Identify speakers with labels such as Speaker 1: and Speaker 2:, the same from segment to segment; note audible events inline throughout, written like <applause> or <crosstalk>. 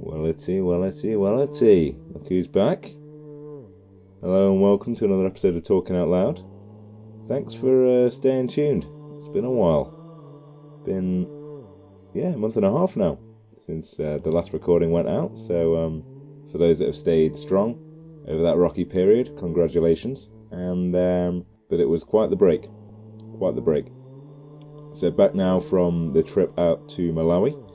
Speaker 1: Wellity, wellity, wellity. Look who's back. Hello and welcome to another episode of Talking Out Loud. Thanks for uh, staying tuned. It's been a while. Been, yeah, a month and a half now since uh, the last recording went out. So, um, for those that have stayed strong over that rocky period, congratulations. And, um, but it was quite the break. Quite the break. So, back now from the trip out to Malawi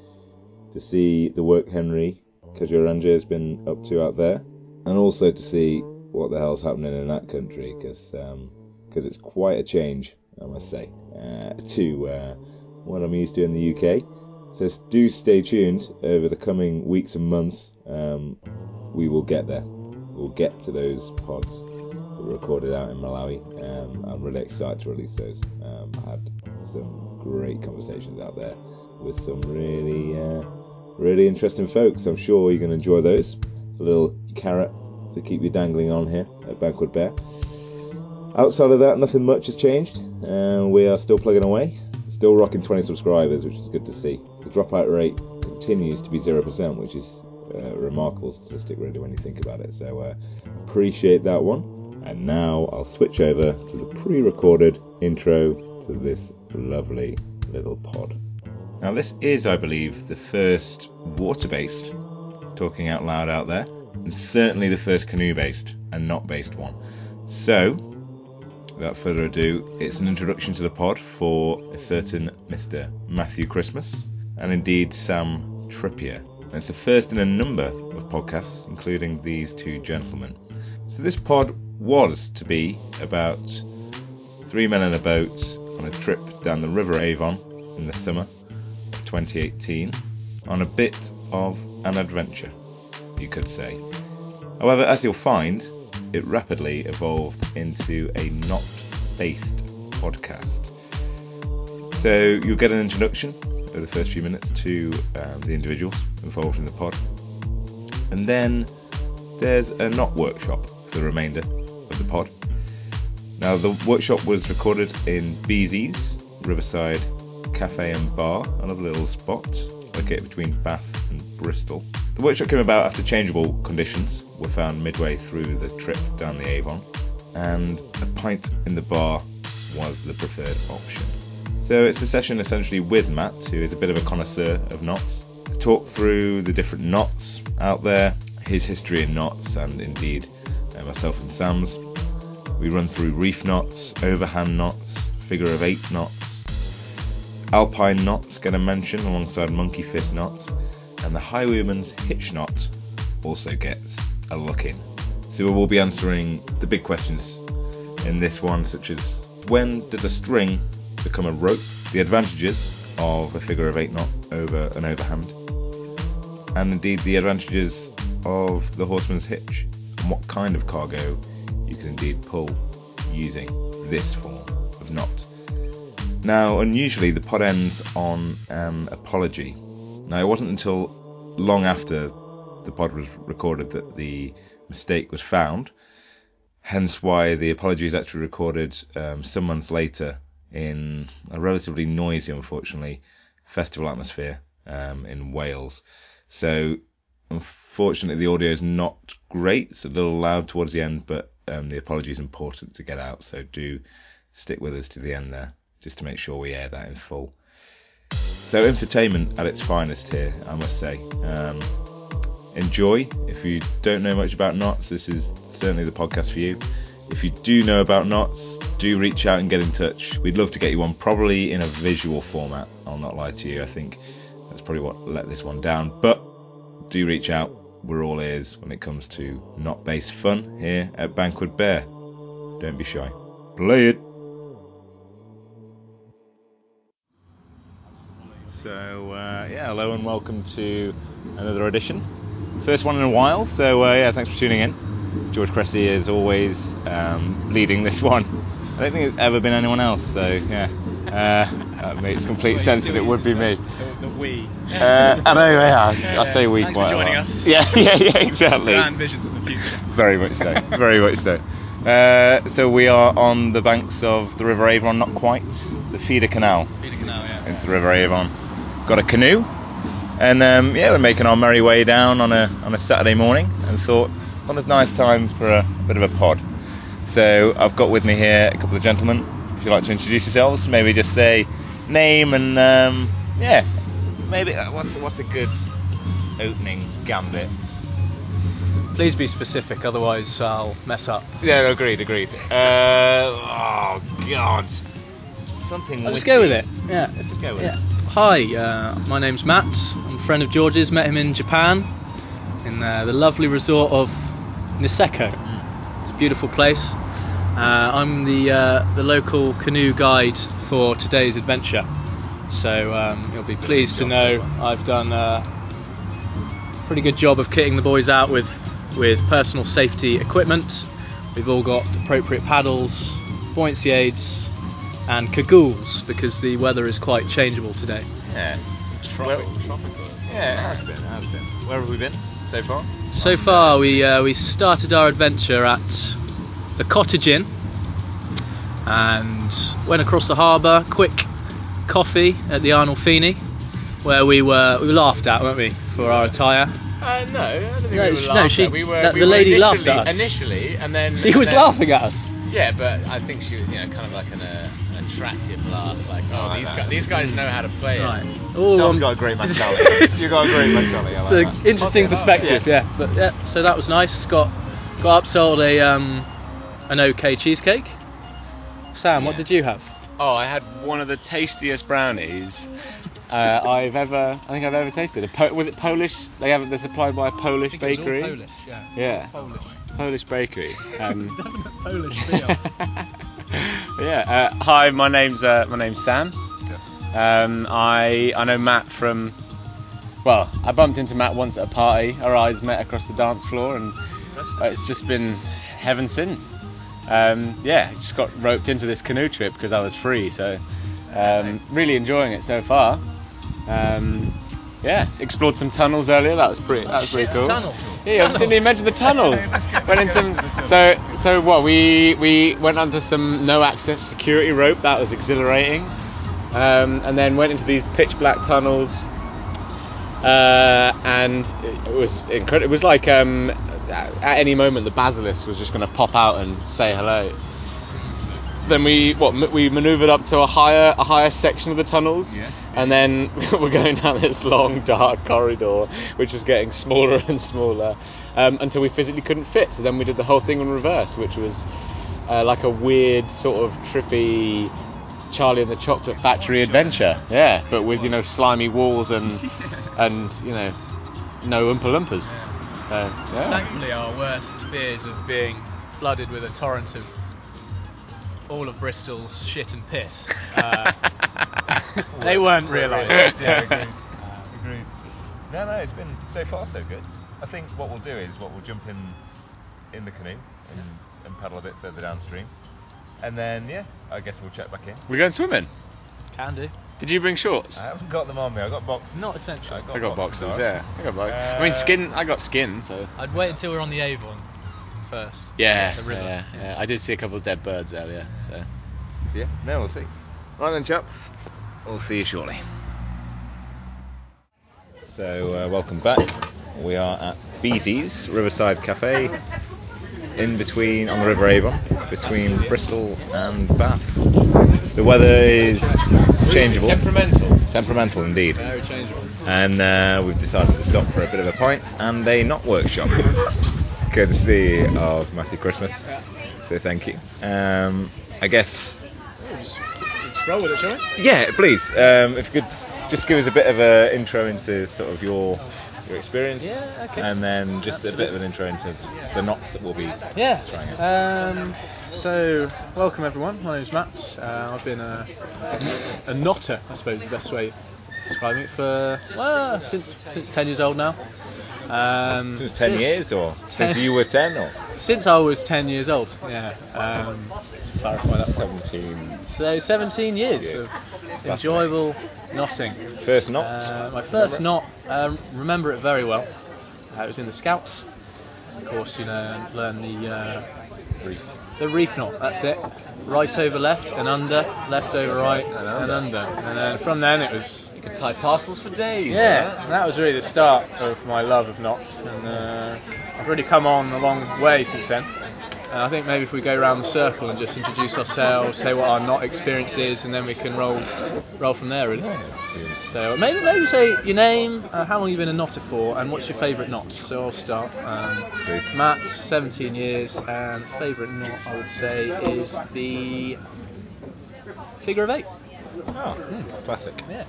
Speaker 1: to see the work Henry Kajuranja has been up to out there, and also to see what the hell's happening in that country, because it's quite a change, I must say, uh, to uh, what I'm used to in the UK. So s- do stay tuned over the coming weeks and months. Um, we will get there. We'll get to those pods that were recorded out in Malawi. Um, I'm really excited to release those. Um, I had some great conversations out there with some really, uh, really interesting folks. I'm sure you're going to enjoy those. It's a little carrot to keep you dangling on here at Banquet Bear. Outside of that, nothing much has changed. Uh, we are still plugging away, still rocking 20 subscribers, which is good to see. The dropout rate continues to be 0%, which is a remarkable statistic, really, when you think about it. So, uh, appreciate that one. And now I'll switch over to the pre recorded intro to this lovely little pod. Now, this is, I believe, the first water based talking out loud out there, and certainly the first canoe based and not based one. So, Without further ado, it's an introduction to the pod for a certain Mr. Matthew Christmas and indeed Sam Trippier. And it's the first in a number of podcasts, including these two gentlemen. So, this pod was to be about three men in a boat on a trip down the River Avon in the summer of 2018 on a bit of an adventure, you could say. However, as you'll find, it rapidly evolved into a not based podcast. So you'll get an introduction over the first few minutes to um, the individuals involved in the pod. And then there's a not workshop for the remainder of the pod. Now, the workshop was recorded in Beezy's Riverside Cafe and Bar, another little spot located between Bath and Bristol. The workshop came about after changeable conditions were found midway through the trip down the Avon, and a pint in the bar was the preferred option. So it's a session essentially with Matt, who is a bit of a connoisseur of knots, to talk through the different knots out there, his history in knots, and indeed uh, myself and Sam's we run through reef knots, overhand knots, figure of eight knots, alpine knots get a mention alongside monkey fist knots, and the highwayman's hitch knot also gets a look in. So we will be answering the big questions in this one, such as when does a string become a rope? The advantages of a figure of eight knot over an overhand, and indeed the advantages of the horseman's hitch and what kind of cargo you can indeed pull using this form of knot. Now, unusually, the pod ends on an apology. Now, it wasn't until long after the pod was recorded that the mistake was found, hence why the apology is actually recorded um, some months later in a relatively noisy, unfortunately, festival atmosphere um, in Wales. So Unfortunately, the audio is not great. It's a little loud towards the end, but um, the apology is important to get out. So do stick with us to the end there, just to make sure we air that in full. So infotainment at its finest here, I must say. Um, enjoy. If you don't know much about knots, this is certainly the podcast for you. If you do know about knots, do reach out and get in touch. We'd love to get you on, probably in a visual format. I'll not lie to you. I think that's probably what let this one down. But do reach out. We're all ears when it comes to not based fun here at Banquet Bear. Don't be shy. Play it. So uh, yeah, hello and welcome to another edition. First one in a while. So uh, yeah, thanks for tuning in. George Cressy is always um, leading this one. I don't think it's ever been anyone else. So yeah, uh, that makes complete sense that it would be me.
Speaker 2: The we.
Speaker 1: Uh, I know,
Speaker 2: <laughs>
Speaker 1: yeah, I, I say we
Speaker 2: Thanks
Speaker 1: quite
Speaker 2: for joining
Speaker 1: a lot.
Speaker 2: us.
Speaker 1: Yeah, <laughs> yeah, yeah, exactly.
Speaker 2: Grand visions of the future.
Speaker 1: Very much so. Very much so. Uh, so we are on the banks of the River Avon, not quite the feeder canal
Speaker 2: Feeding canal, yeah.
Speaker 1: into the River Avon. Got a canoe,
Speaker 3: And um, yeah, we're making our merry way down on a on a Saturday morning, and thought, what a nice time for a bit of a pod. So I've got with me here a couple of gentlemen. If you'd like to introduce yourselves, maybe just say name and um, yeah, maybe uh, what's what's a good opening gambit?
Speaker 2: Please be specific, otherwise I'll mess up.
Speaker 3: Yeah, agreed, agreed. Uh, oh God, something.
Speaker 2: Let's
Speaker 3: witty.
Speaker 2: go with it. Yeah.
Speaker 3: Let's just go with
Speaker 2: yeah.
Speaker 3: it.
Speaker 2: Hi, uh, my name's Matt. I'm a friend of George's. Met him in Japan, in uh, the lovely resort of Niseko. It's a beautiful place. Uh, I'm the uh, the local canoe guide for today's adventure, so um, you'll be pleased to
Speaker 3: job
Speaker 2: know
Speaker 3: so
Speaker 2: I've done a pretty good job of kitting the boys out with with personal safety equipment. We've all got appropriate paddles, buoyancy aids, and cagoules because the weather is quite changeable today.
Speaker 3: Yeah.
Speaker 1: Tropic,
Speaker 3: Well-
Speaker 1: tropical as well.
Speaker 3: Yeah, it has been, it has been. Where have we been so far?
Speaker 2: So
Speaker 3: On,
Speaker 2: far,
Speaker 3: uh,
Speaker 2: we uh, we started our adventure at the Cottage Inn and went across the harbour. Quick coffee at the Arnold Feeney, where we were we were laughed at, weren't we, for our attire?
Speaker 1: Uh, no, I don't think
Speaker 2: No,
Speaker 1: we were
Speaker 2: sh- no,
Speaker 1: laughed at.
Speaker 2: she-
Speaker 1: we were,
Speaker 2: that-
Speaker 1: we
Speaker 2: the
Speaker 1: were
Speaker 2: lady
Speaker 1: initially-
Speaker 2: laughed at us.
Speaker 1: initially, and then
Speaker 2: She
Speaker 1: and
Speaker 2: was
Speaker 1: then-
Speaker 2: laughing at us.
Speaker 1: Yeah, but I think she was, you know, kind of like an, uh, an attractive laugh, like, oh,
Speaker 3: Like
Speaker 1: these
Speaker 3: that.
Speaker 1: guys, these guys know how to play it.
Speaker 2: Mm. Right. All
Speaker 3: Someone's
Speaker 2: one- <laughs>
Speaker 3: got a great mentality. You've got a great mentality. I
Speaker 2: It's
Speaker 3: like
Speaker 2: an
Speaker 3: that.
Speaker 2: interesting
Speaker 1: Positive,
Speaker 2: perspective, yeah. But yeah, so that was nice. Got got upsold a um, an okay cheesecake. Sam, what
Speaker 1: Yeah.
Speaker 2: did you have?
Speaker 1: Oh, I had one of the tastiest brownies uh, I've ever, I think I've ever tasted. A po- was it Polish? They have they're supplied by a Polish bakery.
Speaker 2: yeah.
Speaker 1: Yeah,
Speaker 2: Polish.
Speaker 1: Polish bakery. Um, <laughs>
Speaker 2: Definite Polish beer.
Speaker 1: yeah. Uh, hi, my name's uh, my name's Sam. Um, I I know Matt from. Well, I bumped into Matt once at a party. Our eyes met across the dance floor, and uh, it's just been heaven since. Um, yeah, just got roped into this canoe trip because I was free, so um, really enjoying it so far. Um, yeah, explored some tunnels earlier. That was pretty. That was pretty cool.
Speaker 2: Tunnels.
Speaker 1: Yeah, I didn't even mention the tunnels. went in some. So so what? We we went under some no access security rope. That was exhilarating. Um, and then went into these pitch black tunnels. Uh, and it was incredible. It was like um, at any moment the basilisk was just going to pop out and say hello. Then we what ma- we manoeuvred up to a higher a higher section of the tunnels,
Speaker 3: Yeah.
Speaker 1: and then <laughs> we're going down this long dark corridor, which was getting smaller and smaller um, until we physically couldn't fit. So then we did the whole thing in reverse, which was uh, like a weird sort of trippy Charlie and the Chocolate Factory adventure. Yeah, but with you know slimy walls and and you know no Oompa Loompas. So, yeah.
Speaker 2: Thankfully, our worst fears of being flooded with a torrent of all of Bristol's shit and piss,
Speaker 1: <laughs>
Speaker 2: uh, they weren't realised.
Speaker 3: yeah, agreed. agreed. No, no, it's been so far so good. I think what we'll do is what we'll jump in in the canoe and, and paddle a bit further downstream, and then yeah, I guess we'll check back in.
Speaker 1: We're going swimming.
Speaker 2: Can do.
Speaker 1: Did you bring shorts?
Speaker 3: I haven't got them on me. I got boxes.
Speaker 2: Not essential.
Speaker 1: I Uh, got boxes, yeah. I got boxes. I
Speaker 3: Uh,
Speaker 1: mean, skin. I got skin, so
Speaker 2: I'd wait until we're on the Avon first.
Speaker 1: Um, yeah,
Speaker 2: The river.
Speaker 1: yeah, yeah. I did see a couple of dead birds earlier, so
Speaker 3: yeah. Yeah. No, we'll see. Right then, chaps.
Speaker 1: we'll see you shortly.
Speaker 3: So, uh, welcome back. We are at Beezy's Riverside Cafe, in between, on the River Avon, between Bristol and Bath. The weather is changeable,
Speaker 1: Temperamental.
Speaker 3: temperamental indeed,
Speaker 2: Very changeable.
Speaker 3: and uh, we've decided to stop for a bit of a pint and a
Speaker 2: <laughs>
Speaker 3: knot workshop, courtesy of Matthew Christmas. So, thank you. Um, I guess
Speaker 2: Let's roll with it, shall we?
Speaker 3: yeah, please. Um, if you could just give us a bit of an intro into sort of your your experience,
Speaker 2: Yeah, okay.
Speaker 3: and then just a bit of an intro into the knots that we'll be.
Speaker 2: Yeah.
Speaker 3: Trying it.
Speaker 2: Um, so, welcome everyone. My name's Matt. Uh, I've been a, a knotter, I suppose, is the best way of describing it for well, since since ten years old now. Um,
Speaker 3: Since ten
Speaker 2: <laughs>
Speaker 3: years, or since you were ten, or
Speaker 2: Since I was ten years old. Yeah. Um, clarify that.
Speaker 3: seventeen.
Speaker 2: So, seventeen years of enjoyable knotting.
Speaker 3: First knot.
Speaker 2: Uh, my first knot, uh, remember it very well. Uh, it was in the Scouts. of course, you know, and learn the uh,
Speaker 1: Brief.
Speaker 2: the reef knot. That's it. Right over left and under, left over right and under, and then from then it was
Speaker 1: You could type parcels for days.
Speaker 2: yeah. and that was really the start of my love of knots, and uh, I've really come on a long way since then. And I think maybe if we go around the circle and just introduce ourselves, say what our knot experience is, and then we can roll roll from there really. So maybe maybe say your name, uh, how long you've been a knotter for, and what's your favourite knot. So I'll start. Um, Matt, 17 years, and favourite knot I would say is the figure of eight.
Speaker 3: Ah, hmm,
Speaker 1: Classic.
Speaker 2: Yeah.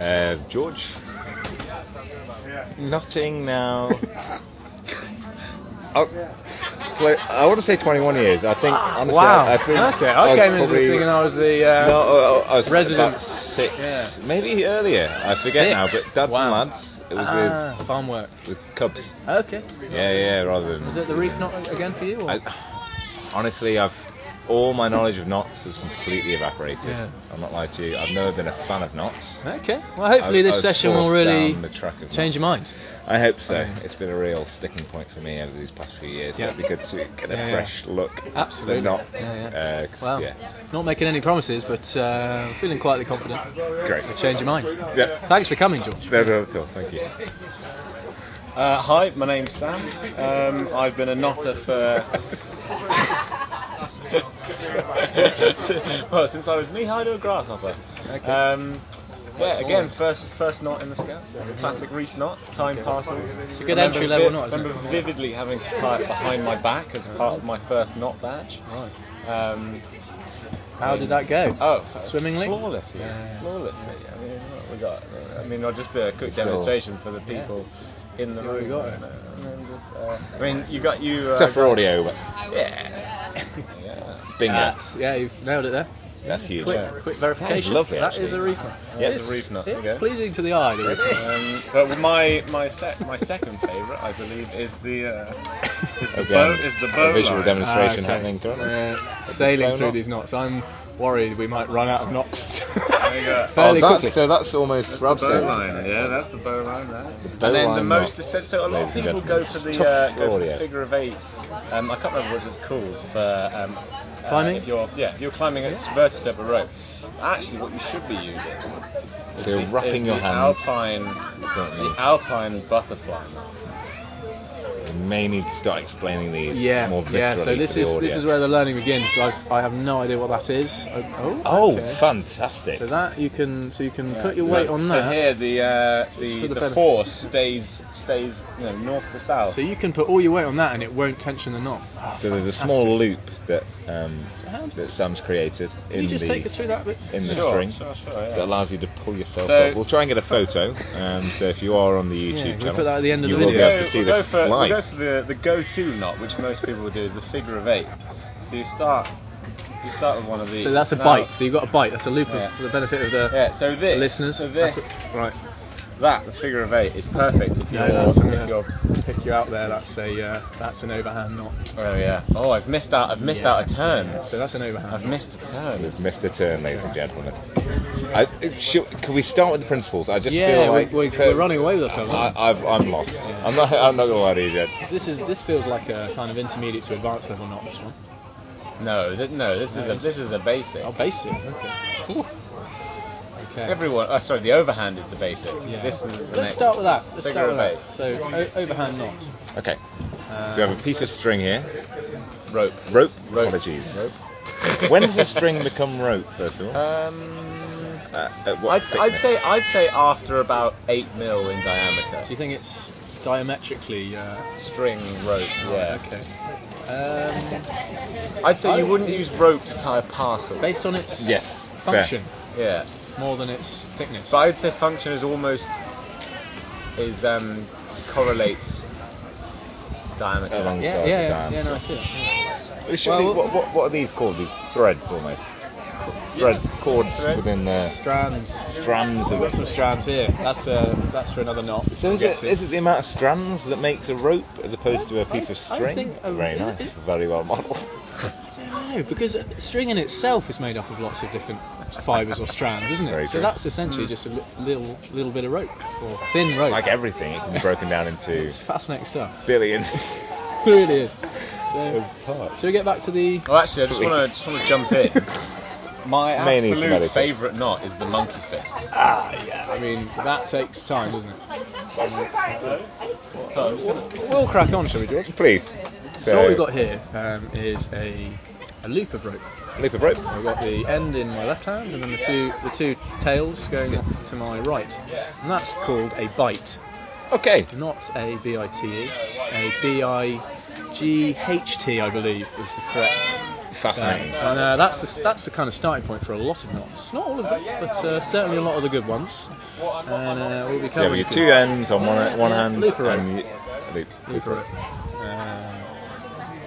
Speaker 3: Uh, George. Nothing now. I, I want to say 21 years. I think honestly, I, I think
Speaker 2: okay,
Speaker 3: I
Speaker 2: I
Speaker 3: was
Speaker 2: came into
Speaker 3: probably-
Speaker 2: this thinking I was the. Uh,
Speaker 3: No, I- I, I was
Speaker 2: Resident.
Speaker 3: about six,
Speaker 2: Yeah.
Speaker 3: maybe earlier. I forget now.
Speaker 2: Six?
Speaker 3: But that's
Speaker 2: Wow.
Speaker 3: lads. It was
Speaker 2: ah, farm work.
Speaker 3: with with Cubs.
Speaker 2: Okay.
Speaker 3: Yeah, yeah. Rather than
Speaker 2: Was it the reef knot again for you? Or?
Speaker 3: I, honestly, I've all my knowledge of knots has completely evaporated.
Speaker 2: Yeah.
Speaker 3: I'm not lying to you. I've never been a fan of knots.
Speaker 2: okay. Well, hopefully
Speaker 3: I- I
Speaker 2: this
Speaker 3: was
Speaker 2: session will
Speaker 3: forced
Speaker 2: really
Speaker 3: down the track of
Speaker 2: <laughs> change your
Speaker 3: knots.
Speaker 2: mind.
Speaker 3: I hope so.
Speaker 2: Yeah.
Speaker 3: It's been a real sticking point for me over these past few years.
Speaker 2: Yeah.
Speaker 3: So it'd be good to get a
Speaker 2: Yeah, yeah.
Speaker 3: fresh look. at
Speaker 2: Absolutely.
Speaker 3: The knots.
Speaker 2: Yeah,
Speaker 3: Uh, 'cause,
Speaker 2: Wow.
Speaker 3: yeah.
Speaker 2: Not making any promises, but uh, feeling quietly confident.
Speaker 3: Great.
Speaker 2: We'll change your mind.
Speaker 3: Yeah.
Speaker 2: Thanks for coming, George.
Speaker 3: No, no, at all.
Speaker 2: <laughs>
Speaker 3: Thank you.
Speaker 1: Uh, hi, my name's Sam. Um, I've been a knotter for. <laughs> well, since I was knee high to a grasshopper.
Speaker 3: Uh,
Speaker 1: Um, yeah, again, first first knot in the scouts, there, the classic reef knot, time parcels. It's
Speaker 2: a good entry-level knot, isn't it?
Speaker 1: remember vividly having to tie it behind my back as part of my first knot badge. Um,
Speaker 2: How did that go?
Speaker 1: Oh,
Speaker 2: Swimmingly?
Speaker 1: flawlessly,
Speaker 2: Yeah.
Speaker 1: flawlessly. I mean, what we got. I mean, I'll just do a quick
Speaker 3: Sure.
Speaker 1: demonstration for the people in the
Speaker 2: Yeah, we
Speaker 1: room.
Speaker 2: got it.
Speaker 1: And then just, uh, I mean, you got you. Uh,
Speaker 3: Except for audio, but
Speaker 1: Yeah. yeah.
Speaker 3: bingo.
Speaker 2: Uh, yeah, you've nailed it there.
Speaker 3: That's huge.
Speaker 2: Quick,
Speaker 1: Yeah.
Speaker 2: quick verification.
Speaker 3: That is lovely,
Speaker 2: That
Speaker 3: actually.
Speaker 2: is a reef knot.
Speaker 1: Yeah, it's a reef knot,
Speaker 2: It's
Speaker 1: okay.
Speaker 2: pleasing to the eye. The reef knot.
Speaker 1: Um, but my my sec my second favourite, I believe, is the uh, is the
Speaker 3: Again,
Speaker 1: bow is the bow
Speaker 3: a visual
Speaker 1: line.
Speaker 3: demonstration
Speaker 2: Ah, okay.
Speaker 3: happening currently.
Speaker 2: Uh, sailing
Speaker 3: Blown
Speaker 2: through
Speaker 3: up.
Speaker 2: these knots, I'm worried we might run out of knots <laughs>
Speaker 1: There you go.
Speaker 3: Oh,
Speaker 2: fairly
Speaker 3: that's-
Speaker 2: quickly.
Speaker 3: so that's almost Rob
Speaker 1: Bow
Speaker 3: said.
Speaker 1: line, yeah, that's the bow line there.
Speaker 3: bow
Speaker 1: and then the
Speaker 3: line
Speaker 1: most
Speaker 3: knot.
Speaker 1: essential. So a lot of
Speaker 3: Ladies and
Speaker 1: people go
Speaker 3: gentlemen.
Speaker 1: for the,
Speaker 3: Tough
Speaker 1: uh, go for
Speaker 3: audio.
Speaker 1: the figure of eight. Um, I can't remember what it's called for um, uh,
Speaker 2: Climbing?
Speaker 1: if you're yeah, if you're climbing it's vertically up a rope. Actually, what you should be using
Speaker 3: So you're
Speaker 1: is
Speaker 3: wrapping your
Speaker 1: the
Speaker 3: hands.
Speaker 1: alpine the alpine butterfly. knot.
Speaker 3: You may need to start explaining these
Speaker 2: Yeah,
Speaker 3: more
Speaker 2: yeah.
Speaker 3: viscerally
Speaker 2: So this
Speaker 3: for the
Speaker 2: is this
Speaker 3: audience.
Speaker 2: is where the learning begins. I've, I have no idea what that is. Oh,
Speaker 3: Oh,
Speaker 2: okay.
Speaker 3: fantastic!
Speaker 2: so that you can so you can
Speaker 1: Yeah.
Speaker 2: put your weight
Speaker 1: Right.
Speaker 2: on
Speaker 1: so
Speaker 2: that.
Speaker 1: here the uh,
Speaker 2: Just
Speaker 1: the,
Speaker 2: for the
Speaker 1: the,
Speaker 2: benefit.
Speaker 1: force stays stays you know north to south.
Speaker 2: So you can put all your weight on that, and it won't tension the knot.
Speaker 3: So there's a small loop that um, that Sam's created
Speaker 2: Can
Speaker 3: in
Speaker 2: you just
Speaker 3: the
Speaker 2: take us through that bit?
Speaker 3: in the
Speaker 1: sure,
Speaker 3: string
Speaker 1: Sure, sure, yeah.
Speaker 3: that allows you to pull yourself
Speaker 1: So-
Speaker 3: up. We'll try and get a photo. Um, so if you are on the
Speaker 2: Yeah,
Speaker 3: YouTube
Speaker 2: we
Speaker 3: channel,
Speaker 2: put that at the end of
Speaker 3: you
Speaker 2: the
Speaker 3: will
Speaker 2: video.
Speaker 3: be able to see
Speaker 1: we'll go
Speaker 3: this
Speaker 1: for, we'll
Speaker 3: live.
Speaker 1: go for the, the go-to knot, which most people would do, is the figure of eight. So you start, you start with one of these.
Speaker 2: So that's a
Speaker 1: Now-
Speaker 2: bite. So you've got a bite. That's a loop
Speaker 1: Yeah.
Speaker 2: for the benefit of the
Speaker 1: Yeah. So this,
Speaker 2: listeners.
Speaker 1: so
Speaker 2: That's
Speaker 1: this,
Speaker 2: a- right.
Speaker 1: that, the figure of eight is perfect if you're.
Speaker 2: No, that's a-
Speaker 1: if you're
Speaker 2: Pick you out there. That's a uh, that's an overhand knot.
Speaker 1: oh yeah. Oh, I've missed out. I've missed out a turn.
Speaker 2: So that's an overhand.
Speaker 1: I've missed a turn.
Speaker 3: We've missed a turn, ladies and gentlemen. I, should, can we start with the principles? I just
Speaker 2: yeah,
Speaker 3: feel like
Speaker 2: we, we,
Speaker 3: for-
Speaker 2: we're running away with ourselves. aren't we?
Speaker 3: I, I've, I'm lost. I'm not. I'm not gonna lie to you, Jed.
Speaker 2: This is this feels like a kind of intermediate to advanced level knot. This one.
Speaker 1: No, th- no. This is a this is a basic.
Speaker 2: Oh, basic. Okay. Okay.
Speaker 1: Everyone. Oh, sorry. The overhand is the basic.
Speaker 2: Yeah.
Speaker 1: This is. The
Speaker 2: Let's
Speaker 1: next.
Speaker 2: start with that. Let's
Speaker 1: Figure
Speaker 2: start with
Speaker 1: of
Speaker 2: that. So o- overhand knot.
Speaker 3: Okay.
Speaker 2: Uh,
Speaker 3: So we have a piece of string here.
Speaker 2: <laughs>
Speaker 1: rope.
Speaker 3: Rope.
Speaker 1: Rope.
Speaker 3: Apologies. when does the string become rope? First of all.
Speaker 1: Um.
Speaker 3: Uh, at what
Speaker 1: Uh, I'd, I'd
Speaker 3: thickness?
Speaker 1: say I'd say after about eight mil in diameter.
Speaker 2: do you think it's diametrically? Uh,
Speaker 1: String rope, yeah.
Speaker 2: Okay. Um,
Speaker 1: I'd say you wouldn't use rope to tie a parcel.
Speaker 2: based on its
Speaker 3: Yes. fair.
Speaker 2: function
Speaker 1: Yeah,
Speaker 2: more than its thickness.
Speaker 1: but I'd say function is almost is um, correlates diameter.
Speaker 3: Along-
Speaker 2: yeah,
Speaker 3: Sorry,
Speaker 2: yeah, yeah,
Speaker 3: damn.
Speaker 2: yeah, no, I see it.
Speaker 3: But surely,
Speaker 2: Well-
Speaker 3: what, what, what are these called? These threads almost. Threads, cords
Speaker 1: Threads.
Speaker 3: within
Speaker 2: Yeah.
Speaker 3: the
Speaker 2: Strands.
Speaker 3: strands
Speaker 2: We've
Speaker 3: of.
Speaker 2: got some strands here. That's uh, that's for another knot.
Speaker 3: So
Speaker 2: We'll
Speaker 3: is
Speaker 2: get
Speaker 3: it,
Speaker 2: to.
Speaker 3: is it the amount of strands that makes a rope as opposed to a piece of
Speaker 2: I- I
Speaker 3: string?
Speaker 2: think, um,
Speaker 3: Very
Speaker 2: is
Speaker 3: nice,
Speaker 2: it-
Speaker 3: very well modelled.
Speaker 2: <laughs> No, because string in itself is made up of lots of different fibres or strands, isn't it?
Speaker 3: Very
Speaker 2: so
Speaker 3: true.
Speaker 2: that's essentially just a li- little little bit of rope or thin <laughs> rope. <laughs>
Speaker 3: Like everything, it can be broken down into
Speaker 2: It's fascinating stuff.
Speaker 3: billions
Speaker 2: really is. So,
Speaker 3: Parched.
Speaker 2: should we get back to the?
Speaker 1: Well, actually, I just want to just want to jump in. <laughs> My
Speaker 3: Mainly
Speaker 1: absolute
Speaker 3: thematic.
Speaker 1: favourite knot is the monkey fist.
Speaker 2: Ah, yeah. I mean, that takes time, doesn't it?
Speaker 1: So I'm just gonna,
Speaker 2: We'll crack on, shall we, George?
Speaker 3: Please.
Speaker 2: So, what we've got here um, is a, a loop of rope.
Speaker 3: loop of rope.
Speaker 2: So I've got the end in my left hand, and then the two the two tails going off to my right, and that's called a bite.
Speaker 3: Okay.
Speaker 2: Not a B I T E, a B I G H T, I believe, is the correct. term.
Speaker 3: Fascinating.
Speaker 2: And uh, that's the that's the kind of starting point for a lot of knots. Not all of them, but uh, certainly a lot of the good ones. And uh, we'll be
Speaker 3: Yeah,
Speaker 2: covering
Speaker 3: we get
Speaker 2: to-
Speaker 3: two ends on one, one hand
Speaker 2: Loop rope.
Speaker 3: and you, loop, loop rope.
Speaker 2: Um,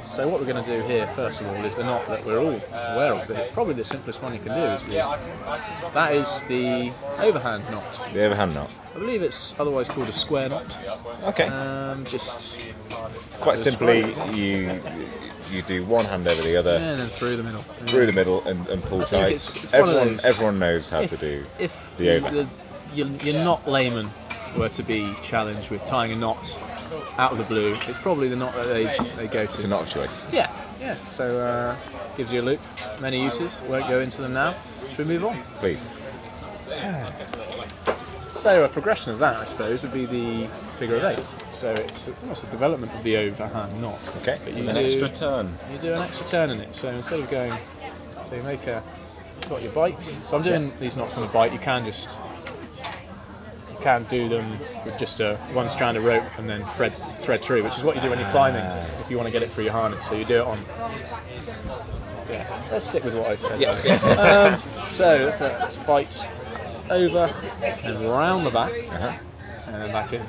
Speaker 2: So what we're going to do here, first of all, is the knot that we're all aware of. But probably the simplest one you can do is the, that is the overhand knot.
Speaker 3: The other hand knot.
Speaker 2: I believe it's otherwise called a square knot.
Speaker 3: Okay.
Speaker 2: Um, just
Speaker 3: Quite
Speaker 2: that's
Speaker 3: simply,
Speaker 2: right.
Speaker 3: you you do one hand over the other,
Speaker 2: and then through the middle.
Speaker 3: through the middle, and, and pull
Speaker 2: I think
Speaker 3: tight.
Speaker 2: it's- it's one of
Speaker 3: everyone
Speaker 2: those-
Speaker 3: everyone knows how
Speaker 2: if,
Speaker 3: to do.
Speaker 2: If
Speaker 3: the
Speaker 2: you-
Speaker 3: overhand.
Speaker 2: your, your knot layman were to be challenged with tying a knot out of the blue, it's probably the knot that they, they go
Speaker 3: It's
Speaker 2: to.
Speaker 3: a knot of choice.
Speaker 2: Yeah, yeah. So uh, gives you a loop, many uses. Won't go into them now. Should we move on?
Speaker 3: Please.
Speaker 2: So a progression of that, I suppose, would be the figure of eight. So it's almost a development of the overhand knot.
Speaker 3: Okay.
Speaker 2: But
Speaker 1: an
Speaker 2: you do,
Speaker 1: extra turn.
Speaker 2: you do an extra turn in it. So instead of going, so you make a you've got your bite. So I'm doing these knots on a bite. You can just you can do them with just a one strand of rope and then thread thread through, which is what you do when you're climbing if you want to get it through your harness. So you do it on. Yeah, let's stick with what I said. <laughs> um, so that's a that's bite over and round the back
Speaker 3: Uh-huh.
Speaker 2: and then back in.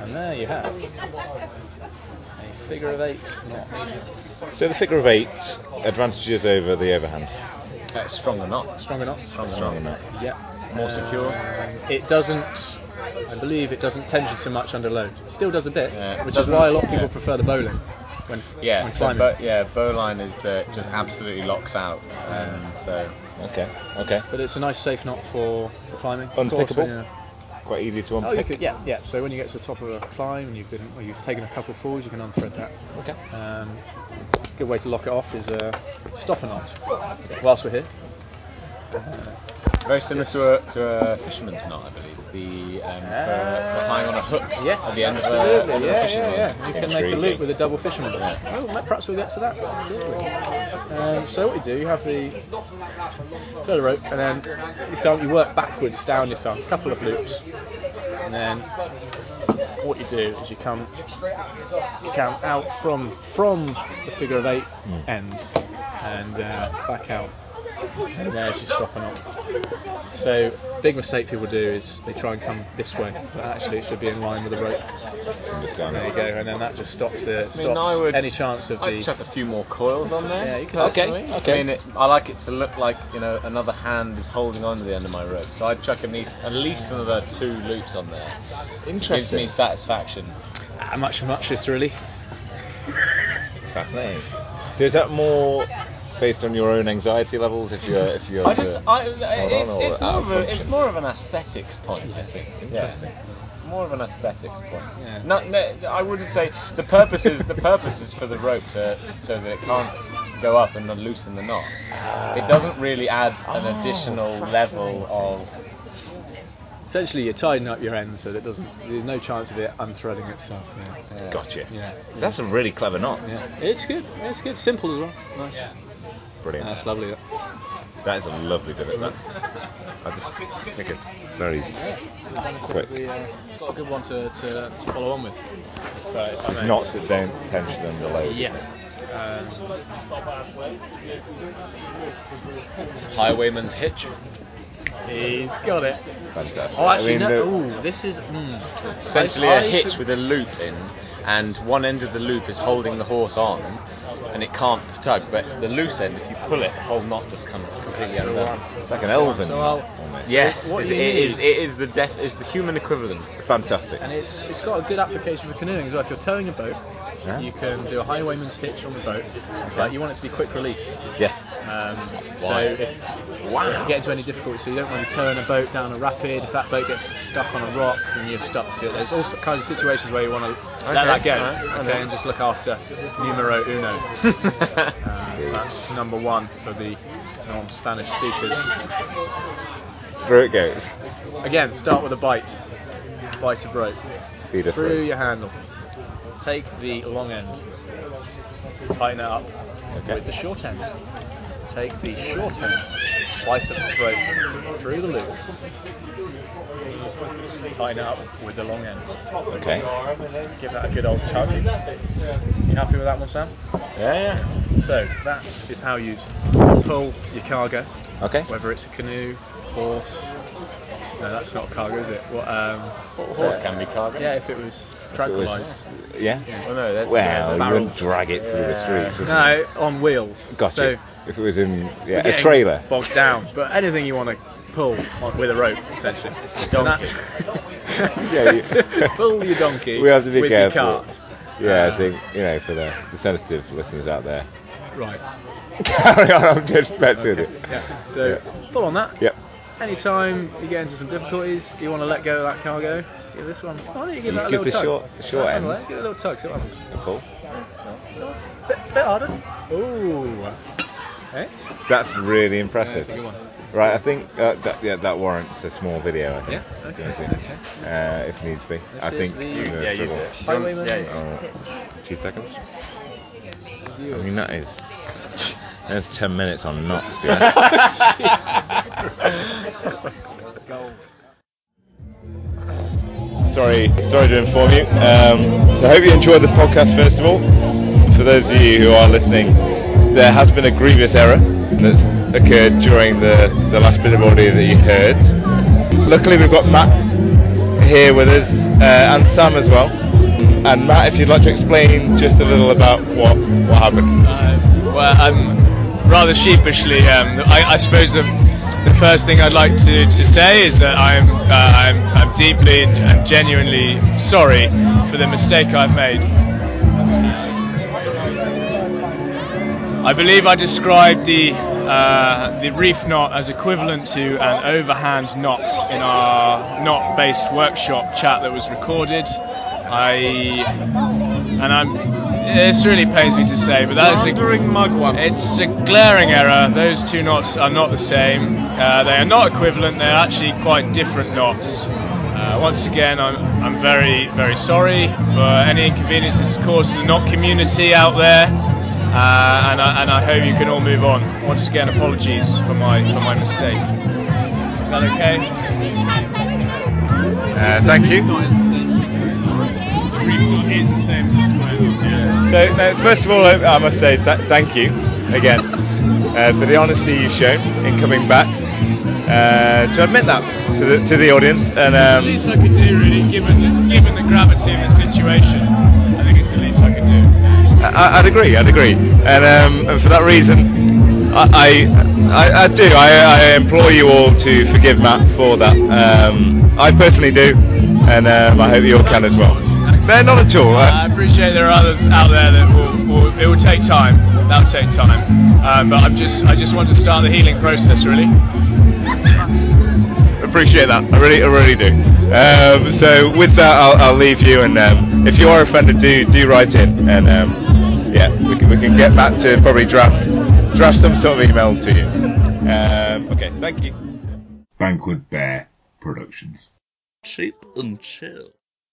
Speaker 2: And there you have a figure of eight knot.
Speaker 3: So the figure of eight advantages over the overhand.
Speaker 1: Uh, stronger knot.
Speaker 2: Stronger knots.
Speaker 1: Stronger,
Speaker 3: Stronger
Speaker 1: knot.
Speaker 3: knot.
Speaker 2: Yeah.
Speaker 1: More secure.
Speaker 2: It doesn't. I believe it doesn't tension so much under load. It still does a bit,
Speaker 1: Yeah, it
Speaker 2: which is
Speaker 1: doesn't-
Speaker 2: why a lot of people
Speaker 1: yeah.
Speaker 2: prefer the bowline. When,
Speaker 1: Yeah,
Speaker 2: when
Speaker 1: so
Speaker 2: climbing.
Speaker 1: bo- yeah, bowline is the just absolutely locks out. Um, so
Speaker 3: Okay. Okay.
Speaker 2: but it's a nice safe knot for climbing. Of course,
Speaker 3: Unpickable?
Speaker 2: when you're-
Speaker 3: Quite easy to
Speaker 2: Oh, you
Speaker 3: unpick.
Speaker 2: could, yeah, yeah. So when you get to the top of a climb and you've been, well, you've taken a couple of falls, you can unthread that.
Speaker 3: Okay.
Speaker 2: Um, good way to lock it off is a stop a knot. Whilst we're here,
Speaker 1: very similar to a to a fisherman's knot, I believe. The um, for, for tying on a hook
Speaker 2: Ah. Yes,
Speaker 1: at the end of a,
Speaker 2: absolutely.
Speaker 1: end of a
Speaker 2: yeah,
Speaker 1: fishing
Speaker 2: yeah,
Speaker 1: line.
Speaker 2: yeah. You can make a
Speaker 3: Intriguing.
Speaker 2: loop with a double fisherman. Oh, ma- perhaps we'll get to that. Absolutely. Um, so what you do, you have the throw the rope, and then your thumb, you work backwards down your thumb, couple of loops, and then what you do is you come you come out from from the figure of eight end and uh, back out. And there's your stop or knot. So, big mistake people do is they try and come this way, but actually it should be in line with the rope.
Speaker 3: Understand.
Speaker 2: There you go, and then that just stops the stops
Speaker 1: I would-
Speaker 2: any chance of
Speaker 1: I'd
Speaker 2: the.
Speaker 1: chuck a few more coils on there.
Speaker 2: Yeah, you could.
Speaker 1: personally.
Speaker 3: Okay, okay.
Speaker 1: I mean, it, I like it to look like you know another hand is holding on to the end of my rope, so I'd chuck at least at least another two loops on there. It gives
Speaker 3: Interesting.
Speaker 1: me satisfaction.
Speaker 2: How much of much is really?
Speaker 3: Fascinating. So is that more based on your own anxiety levels? If you're, if you're,
Speaker 1: I just, I, it's,
Speaker 3: on, or
Speaker 1: it's
Speaker 3: out
Speaker 1: more
Speaker 3: of
Speaker 1: of a, it's
Speaker 3: function.
Speaker 1: more of an aesthetics point, I think. Yeah. More of an aesthetics point.
Speaker 2: Yeah.
Speaker 1: No, no, I wouldn't say the purpose is the purpose is for the rope to so that it can't go up and then loosen the knot. It doesn't really add an additional level of
Speaker 2: Essentially, you're tying up your end so that doesn't. There's no chance of it unthreading itself. Yeah,
Speaker 1: yeah.
Speaker 3: Gotcha.
Speaker 2: yeah,
Speaker 3: That's a really clever knot.
Speaker 2: yeah. It's good. It's good. Simple as well. Nice.
Speaker 3: Brilliant.
Speaker 2: That's lovely. that.
Speaker 3: That is a lovely bit of that. I just take a very quick.
Speaker 2: uh, Got a good one to, to, to follow on with. Right, if I
Speaker 3: It's
Speaker 2: may.
Speaker 3: knots that don't tension under load. is
Speaker 2: Yeah.
Speaker 3: it?
Speaker 2: Um,
Speaker 1: highwayman's hitch.
Speaker 2: he's got it.
Speaker 3: Fantastic.
Speaker 2: Oh, actually,
Speaker 3: I mean,
Speaker 2: no. Ooh, this is. Mm,
Speaker 1: Essentially,
Speaker 2: I-
Speaker 1: a
Speaker 2: I
Speaker 1: hitch
Speaker 2: could-
Speaker 1: with a loop in, and one end of the loop is holding the horse on, and it can't tug. But the loose end, if you pull it, the whole knot just comes completely undone.
Speaker 3: the- it's like an elven.
Speaker 2: So
Speaker 3: knot
Speaker 2: I'll-
Speaker 3: almost.
Speaker 1: Yes,
Speaker 2: what
Speaker 1: is-
Speaker 2: you
Speaker 1: it is.
Speaker 2: need-
Speaker 1: It is the death. Is the human equivalent. <laughs>
Speaker 3: Fantastic.
Speaker 2: And it's, it's got a good application for canoeing as well. If you're towing a boat
Speaker 1: Yeah.
Speaker 2: You can do a highwayman's hitch on the boat, but you want it to be quick release.
Speaker 1: Yes.
Speaker 2: Um, so if you get into any difficulty, so you don't want to turn a boat down a rapid. If that boat gets stuck on a rock, then you're stuck to it. There's all sorts- kinds of situations where you want to let
Speaker 3: Okay,
Speaker 2: that go,
Speaker 3: alright,
Speaker 2: okay, and just look after numero
Speaker 3: <laughs>
Speaker 2: uno. Uh, that's number one for the non-Spanish speakers.
Speaker 1: Through it goes.
Speaker 2: Again, start with a bite, bite of rope
Speaker 1: See the
Speaker 2: through
Speaker 1: fruit.
Speaker 2: your handle. Take the long end, tighten it up
Speaker 1: Okay.
Speaker 2: with the short end. Take the short end, bite of the rope through the loop, tighten it up with the long end.
Speaker 1: Okay.
Speaker 2: Give that a good old tug. You happy with that one, Sam?
Speaker 1: Yeah,
Speaker 2: So that is how you pull your cargo,
Speaker 1: yeah. Okay.
Speaker 2: whether it's a canoe, horse. No, that's not cargo, is it? What, um,
Speaker 3: Horse can be cargo.
Speaker 2: yeah, if it was
Speaker 1: If it
Speaker 2: tranquilized.
Speaker 1: was, yeah.
Speaker 3: Oh, no, that- yeah,
Speaker 1: Well,
Speaker 3: the
Speaker 1: you
Speaker 3: barrel.
Speaker 1: wouldn't drag it through the streets. would you?
Speaker 2: uh, <laughs> No, on wheels.
Speaker 1: Got
Speaker 2: so
Speaker 1: you. If it was in
Speaker 2: we're
Speaker 1: yeah, a
Speaker 2: getting
Speaker 1: trailer.
Speaker 2: bogged down. But anything you want to pull on, with a rope, essentially.
Speaker 3: Donkey.
Speaker 1: Yeah, <laughs>
Speaker 2: yeah,
Speaker 1: you-
Speaker 2: <laughs> pull your donkey.
Speaker 1: We have to be
Speaker 2: with
Speaker 1: careful.
Speaker 2: Your cart.
Speaker 1: Yeah, I
Speaker 2: Uh,
Speaker 1: think you know for the, the sensitive listeners out there. <laughs>
Speaker 2: Right.
Speaker 1: Carry on, I'm just messing with it.
Speaker 2: Yeah. So pull on that.
Speaker 1: Yep.
Speaker 2: Anytime you get into some difficulties, you want to let go of that cargo. Give this one. Why don't you give
Speaker 1: You
Speaker 2: that a
Speaker 1: give
Speaker 2: little
Speaker 1: the
Speaker 2: tug?
Speaker 1: short- short
Speaker 2: That's
Speaker 1: end.
Speaker 2: all right. Give it a little tug. See what happens.
Speaker 1: Cool.
Speaker 2: Bit, bit harder. Ooh. Hey.
Speaker 1: That's really
Speaker 2: That's
Speaker 1: impressive.
Speaker 2: a good one.
Speaker 1: Right, I think uh, that, yeah, that warrants a small video. I think.
Speaker 2: Yeah.
Speaker 1: Do
Speaker 2: Okay.
Speaker 1: you want to see?
Speaker 2: okay.
Speaker 1: Uh, if needs be. I
Speaker 2: is
Speaker 1: think
Speaker 2: the-
Speaker 1: you're gonna
Speaker 3: yeah, you do
Speaker 1: struggle.
Speaker 3: it.
Speaker 2: Highwayman's
Speaker 3: Yeah, yeah.
Speaker 1: Oh, two seconds. I mean that is. <laughs> There's ten minutes on knots, <laughs> dude. <laughs>
Speaker 2: <laughs>
Speaker 1: sorry, sorry to inform you. Um, so I hope you enjoyed the podcast first of all. For those of you who are listening, there has been a grievous error that's occurred during the, the last bit of audio that you heard. Luckily, we've got Matt here with us uh, and Sam as well. And Matt, if you'd like to explain just a little about what what happened.
Speaker 4: Uh, well, I'm rather sheepishly. Um, I, I suppose the, the first thing I'd like to, to say is that I'm, uh, I'm, I'm deeply and and genuinely sorry for the mistake I've made. I believe I described the uh, the reef knot as equivalent to an overhand knot in our knot-based workshop chat that was recorded. I and I'm. This really pains me to say, but that's a mugwump. It's a glaring error. Those two knots are not the same. Uh, they are not equivalent. They're actually quite different knots. Uh, once again, I'm, I'm very, very sorry for any inconvenience this has caused to the knot community out there, uh, and, I, and I hope you can all move on. Once again, apologies for my for my mistake. Is that okay?
Speaker 1: Uh, thank you.
Speaker 4: Reef knot is the same as a square. Yeah.
Speaker 1: So, no, first of all, I I must say th- thank you again uh, for the honesty you've shown in coming back uh, to admit that to the, to the audience. And
Speaker 4: It's the
Speaker 1: um,
Speaker 4: least I could do, really, given given the gravity of the situation. I think it's the least I could do.
Speaker 1: I, I'd agree, I'd agree. And, um, and for that reason, I, I, I, I do. I, I implore you all to forgive Matt for that. Um, I personally do, and um, I hope you all can as well. No, not at all. I-
Speaker 4: I appreciate there are others out there that will, will it will take time. That'll take time. Um, but I'm just I just want to start the healing process, really.
Speaker 1: appreciate that. I really, I really do. Um, so with that, I'll, I'll leave you. And um, if you are offended, do do write in, and um, yeah, we can, we can get back to probably draft draft some sort of email to you. Um, okay, thank you.
Speaker 5: Banquet Bear Productions.
Speaker 6: Cheap and chill.